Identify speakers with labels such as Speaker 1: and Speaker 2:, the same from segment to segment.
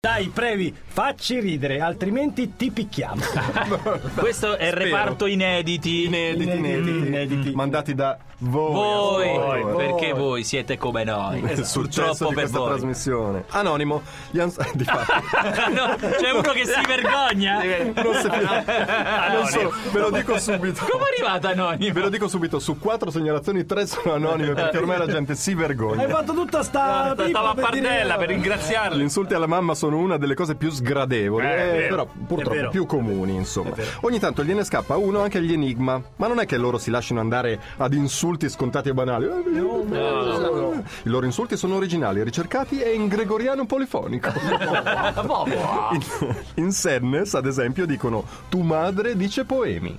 Speaker 1: Dai, previ, facci ridere, altrimenti ti picchiamo.
Speaker 2: Questo è il
Speaker 3: Spero.
Speaker 2: reparto inediti.
Speaker 3: Inediti,
Speaker 1: Inediti,
Speaker 3: inediti,
Speaker 1: inediti.
Speaker 3: mandati da voi.
Speaker 2: Voi,
Speaker 3: ascoltatori.
Speaker 2: perché voi siete come noi.
Speaker 3: Il successo
Speaker 2: Purtroppo per
Speaker 3: di questa
Speaker 2: voi.
Speaker 3: trasmissione. Anonimo, gli ans- di fatto.
Speaker 2: No, c'è uno che si vergogna.
Speaker 3: Non, se- non so, ve lo dico subito.
Speaker 2: Come è arrivato Anonimo?
Speaker 3: Ve lo dico subito, su quattro segnalazioni tre sono anonime perché ormai la gente si vergogna.
Speaker 1: Hai fatto tutta sta. pipa
Speaker 4: Stava a
Speaker 1: per dire- eh,
Speaker 4: Pardella per ringraziarli.
Speaker 3: Gli insulti alla mamma sono una delle cose più sgradevoli,
Speaker 4: Eh, è
Speaker 3: eh,
Speaker 4: vero,
Speaker 3: però
Speaker 4: è
Speaker 3: purtroppo
Speaker 4: vero.
Speaker 3: più comuni, insomma. Ogni tanto gliene scappa uno anche agli enigma, ma non è che loro si lasciano andare ad insulti scontati e banali. Eh, I loro insulti sono originali, ricercati e in gregoriano polifonico.
Speaker 4: Boh.
Speaker 3: in, in Sennes, ad esempio, dicono tu madre dice poemi.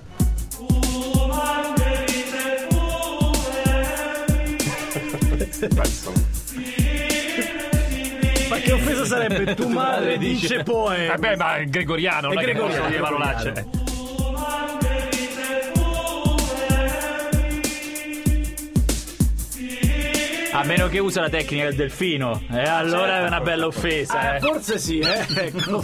Speaker 1: Ma che offesa sarebbe? Tu madre dice poi.
Speaker 2: Ah,
Speaker 4: Vabbè, Eh ma è gregoriano, non è che
Speaker 1: gregoriano,
Speaker 4: possono dire parolacce.
Speaker 2: A meno che usa la tecnica del delfino. E allora è una bella offesa.
Speaker 1: Eh,
Speaker 2: eh.
Speaker 1: forse sì, eh. Ecco.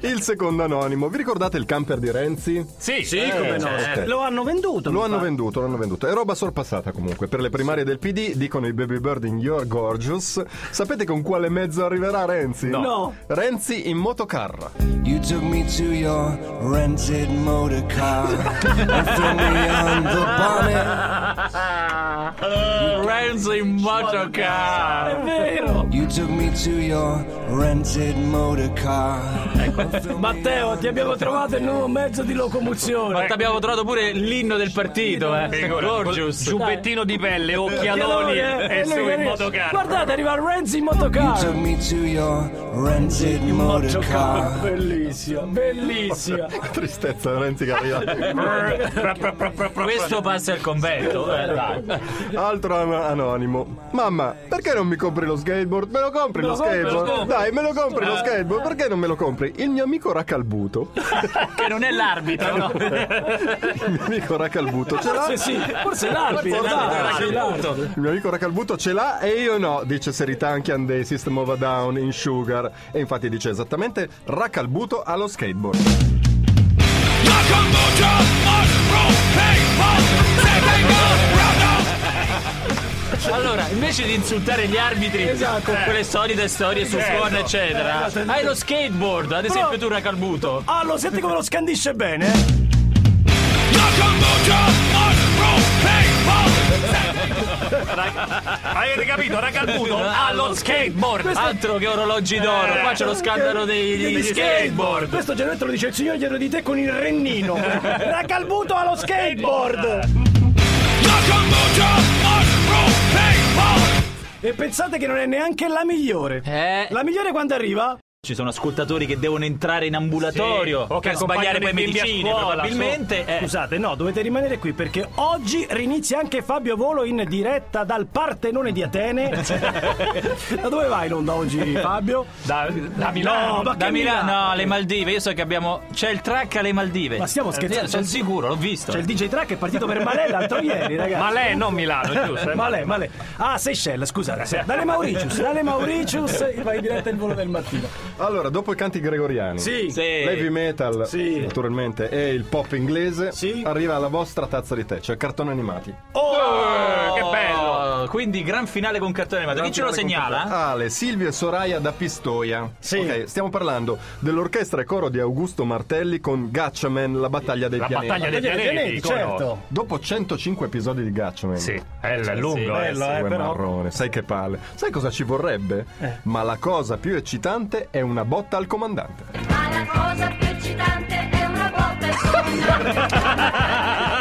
Speaker 3: Il secondo anonimo, vi ricordate il camper di Renzi?
Speaker 4: Sì, eh, sì,
Speaker 1: Come no?
Speaker 3: certo.
Speaker 1: Lo hanno venduto.
Speaker 3: Lo
Speaker 1: mi
Speaker 3: hanno
Speaker 1: pare.
Speaker 3: venduto, l'hanno venduto. È roba sorpassata comunque. Per le primarie del PD dicono i baby bird in You're Gorgeous. Sapete con quale mezzo arriverà Renzi?
Speaker 1: No.
Speaker 3: Renzi in motocarra.
Speaker 5: You took me to your rented motor car and threw me on the bonnet.
Speaker 2: Renzo in motocar.
Speaker 5: You took me to your rented motor car.
Speaker 1: Matteo, ti abbiamo trovato il nuovo mezzo di
Speaker 2: Ma
Speaker 1: locomozione.
Speaker 2: abbiamo trovato pure l'inno del partito, eh. Gorgeous.
Speaker 4: Giubbettino di pelle, occhialoni
Speaker 1: Chialoni, eh,
Speaker 4: e su
Speaker 1: lui
Speaker 4: in
Speaker 1: arriva-
Speaker 4: motocarro.
Speaker 1: Guardate, arriva Renzi in
Speaker 5: You
Speaker 1: motocar.
Speaker 5: took me to your rented motor
Speaker 1: Motocar.
Speaker 5: car.
Speaker 1: Bellissima, bellissima.
Speaker 3: Tristezza Renzi che arriva.
Speaker 2: Questo passa al convento. eh, dai.
Speaker 3: Altro an- anonimo. Mamma, perché non mi compri lo skateboard? Me lo compri lo, skateboard? Eh. Dai, me lo compri lo skateboard? Perché non me lo compri? Il mio amico Raccalbuto.
Speaker 2: Che non è l'arbitro, no?
Speaker 3: Il mio amico Raccalbuto ce l'ha.
Speaker 1: Forse sì, forse l'arbitro. dai, sì, l'arbitro.
Speaker 3: Il mio amico Raccalbuto ce l'ha e io no, dice Seritanchi and the System of a Down in Sugar. E infatti dice esattamente Raccalbuto allo skateboard.
Speaker 2: Allora, invece di insultare gli arbitri
Speaker 1: Esatto.
Speaker 2: con quelle solite storie su
Speaker 4: Certo.
Speaker 2: suono, eccetera,
Speaker 4: Esatto.
Speaker 2: hai lo skateboard, ad esempio tu Racalbuto.
Speaker 1: Ah, lo senti come lo scandisce bene? eh?
Speaker 4: Avete capito? Racalbuto allo Ah, skateboard.
Speaker 2: Ah,
Speaker 4: Eh.
Speaker 2: Altro che orologi d'oro, qua c'è lo scandalo degli, degli skateboard.
Speaker 1: Questo generalmente lo dice il signor dietro di te con il rennino. Raccalbuto allo skateboard. E pensate che non è neanche la migliore.
Speaker 2: Eh.
Speaker 1: La migliore quando arriva?
Speaker 2: Ci sono ascoltatori che devono entrare in ambulatorio
Speaker 4: Sì, o che
Speaker 2: per sbagliare
Speaker 4: accompagnano
Speaker 2: poi
Speaker 4: i bimbi a
Speaker 2: medicine,
Speaker 4: scuola,
Speaker 2: probabilmente. eh.
Speaker 1: Scusate, no, dovete rimanere qui perché oggi rinizia anche Fabio Volo in diretta dal Partenone di Atene. da dove vai in onda oggi, Fabio?
Speaker 4: Da, da Milano.
Speaker 1: No, Oh, ma
Speaker 2: Eh, da
Speaker 1: che
Speaker 2: Milano,
Speaker 1: Milano?
Speaker 2: no, alle Maldive, io so che abbiamo. C'è il track alle Maldive.
Speaker 1: Ma stiamo
Speaker 2: Eh,
Speaker 1: scherzando?
Speaker 2: Sono sicuro, l'ho visto.
Speaker 1: C'è il DJ Track è partito per Malè l'altro ieri, ragazzi.
Speaker 4: Ma lei non Milano, giusto? eh?
Speaker 1: Malè, Malè. Ah, Seychelles, scusate. sì. Dalle Mauritius, dalle Mauritius vai in diretta il volo del mattino.
Speaker 3: Allora, dopo i canti gregoriani,
Speaker 1: Sì.
Speaker 2: Sì.
Speaker 3: l'heavy metal,
Speaker 1: Sì.
Speaker 3: naturalmente, e il pop inglese,
Speaker 1: Sì.
Speaker 3: arriva la vostra tazza di tè, cioè cartoni animati.
Speaker 4: Oh, che bello.
Speaker 2: Oh, Quindi gran finale con cartone animato. Chi ce lo segnala?
Speaker 3: Ale, Silvia Ah, e Soraya da Pistoia.
Speaker 1: Sì.
Speaker 3: Ok, stiamo parlando dell'orchestra e coro di Augusto Martelli con Gatchaman, la battaglia dei
Speaker 4: La
Speaker 3: pianeti.
Speaker 4: battaglia dei
Speaker 1: Degli
Speaker 4: pianeti,
Speaker 1: pianeti,
Speaker 4: come no?
Speaker 1: certo.
Speaker 3: Dopo 105 episodi di Gatchaman.
Speaker 4: Sì, è l- lungo.
Speaker 2: sì,
Speaker 4: eh.
Speaker 1: bello. eh,
Speaker 3: Uè,
Speaker 1: però.
Speaker 3: marrone, sai che palle. Sai cosa ci vorrebbe? Ma la cosa più eccitante è una botta al comandante.
Speaker 6: Ma la cosa più eccitante è una botta al comandante.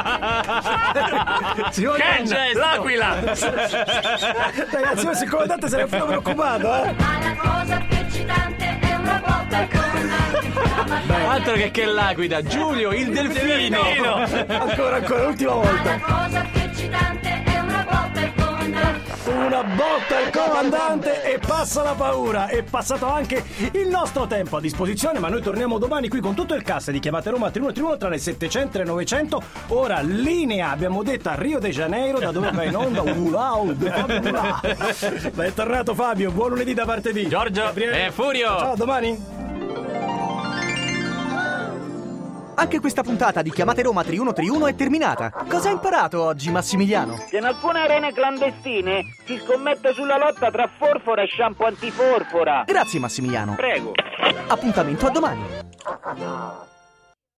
Speaker 4: Ken,
Speaker 2: gesto.
Speaker 4: l'aquila.
Speaker 1: Ragazzi, io se il comandante sarei proprio preoccupato, eh.
Speaker 6: Ma la cosa più eccitante è una botta al comandante. La battaglia-
Speaker 2: Altro che che l'aquila, Giulio, il delfino.
Speaker 1: Ancora, ancora, l'ultima
Speaker 6: Ma
Speaker 1: volta.
Speaker 6: la cosa più eccitante è una botta al comandante.
Speaker 1: una botta al comandante e passa la paura. È passato anche il nostro tempo a disposizione, ma noi torniamo domani qui con tutto il cast di Chiamate Roma 3131 tra le 700 e le 900. Ora linea, abbiamo detto a Rio de Janeiro, da dove va in onda Ulaud. Fabio Ulà. Ben tornato Fabio, buon lunedì da parte di
Speaker 2: Giorgio
Speaker 1: Gabriele.
Speaker 2: e Eh, Furio.
Speaker 1: Ciao, a domani.
Speaker 7: Anche questa puntata di Chiamate Roma 3131 è terminata. Cosa hai imparato oggi, Massimiliano?
Speaker 8: Che in alcune arene clandestine si scommette sulla lotta tra forfora e shampoo antiforfora.
Speaker 7: Grazie, Massimiliano.
Speaker 8: Prego.
Speaker 7: Appuntamento a domani.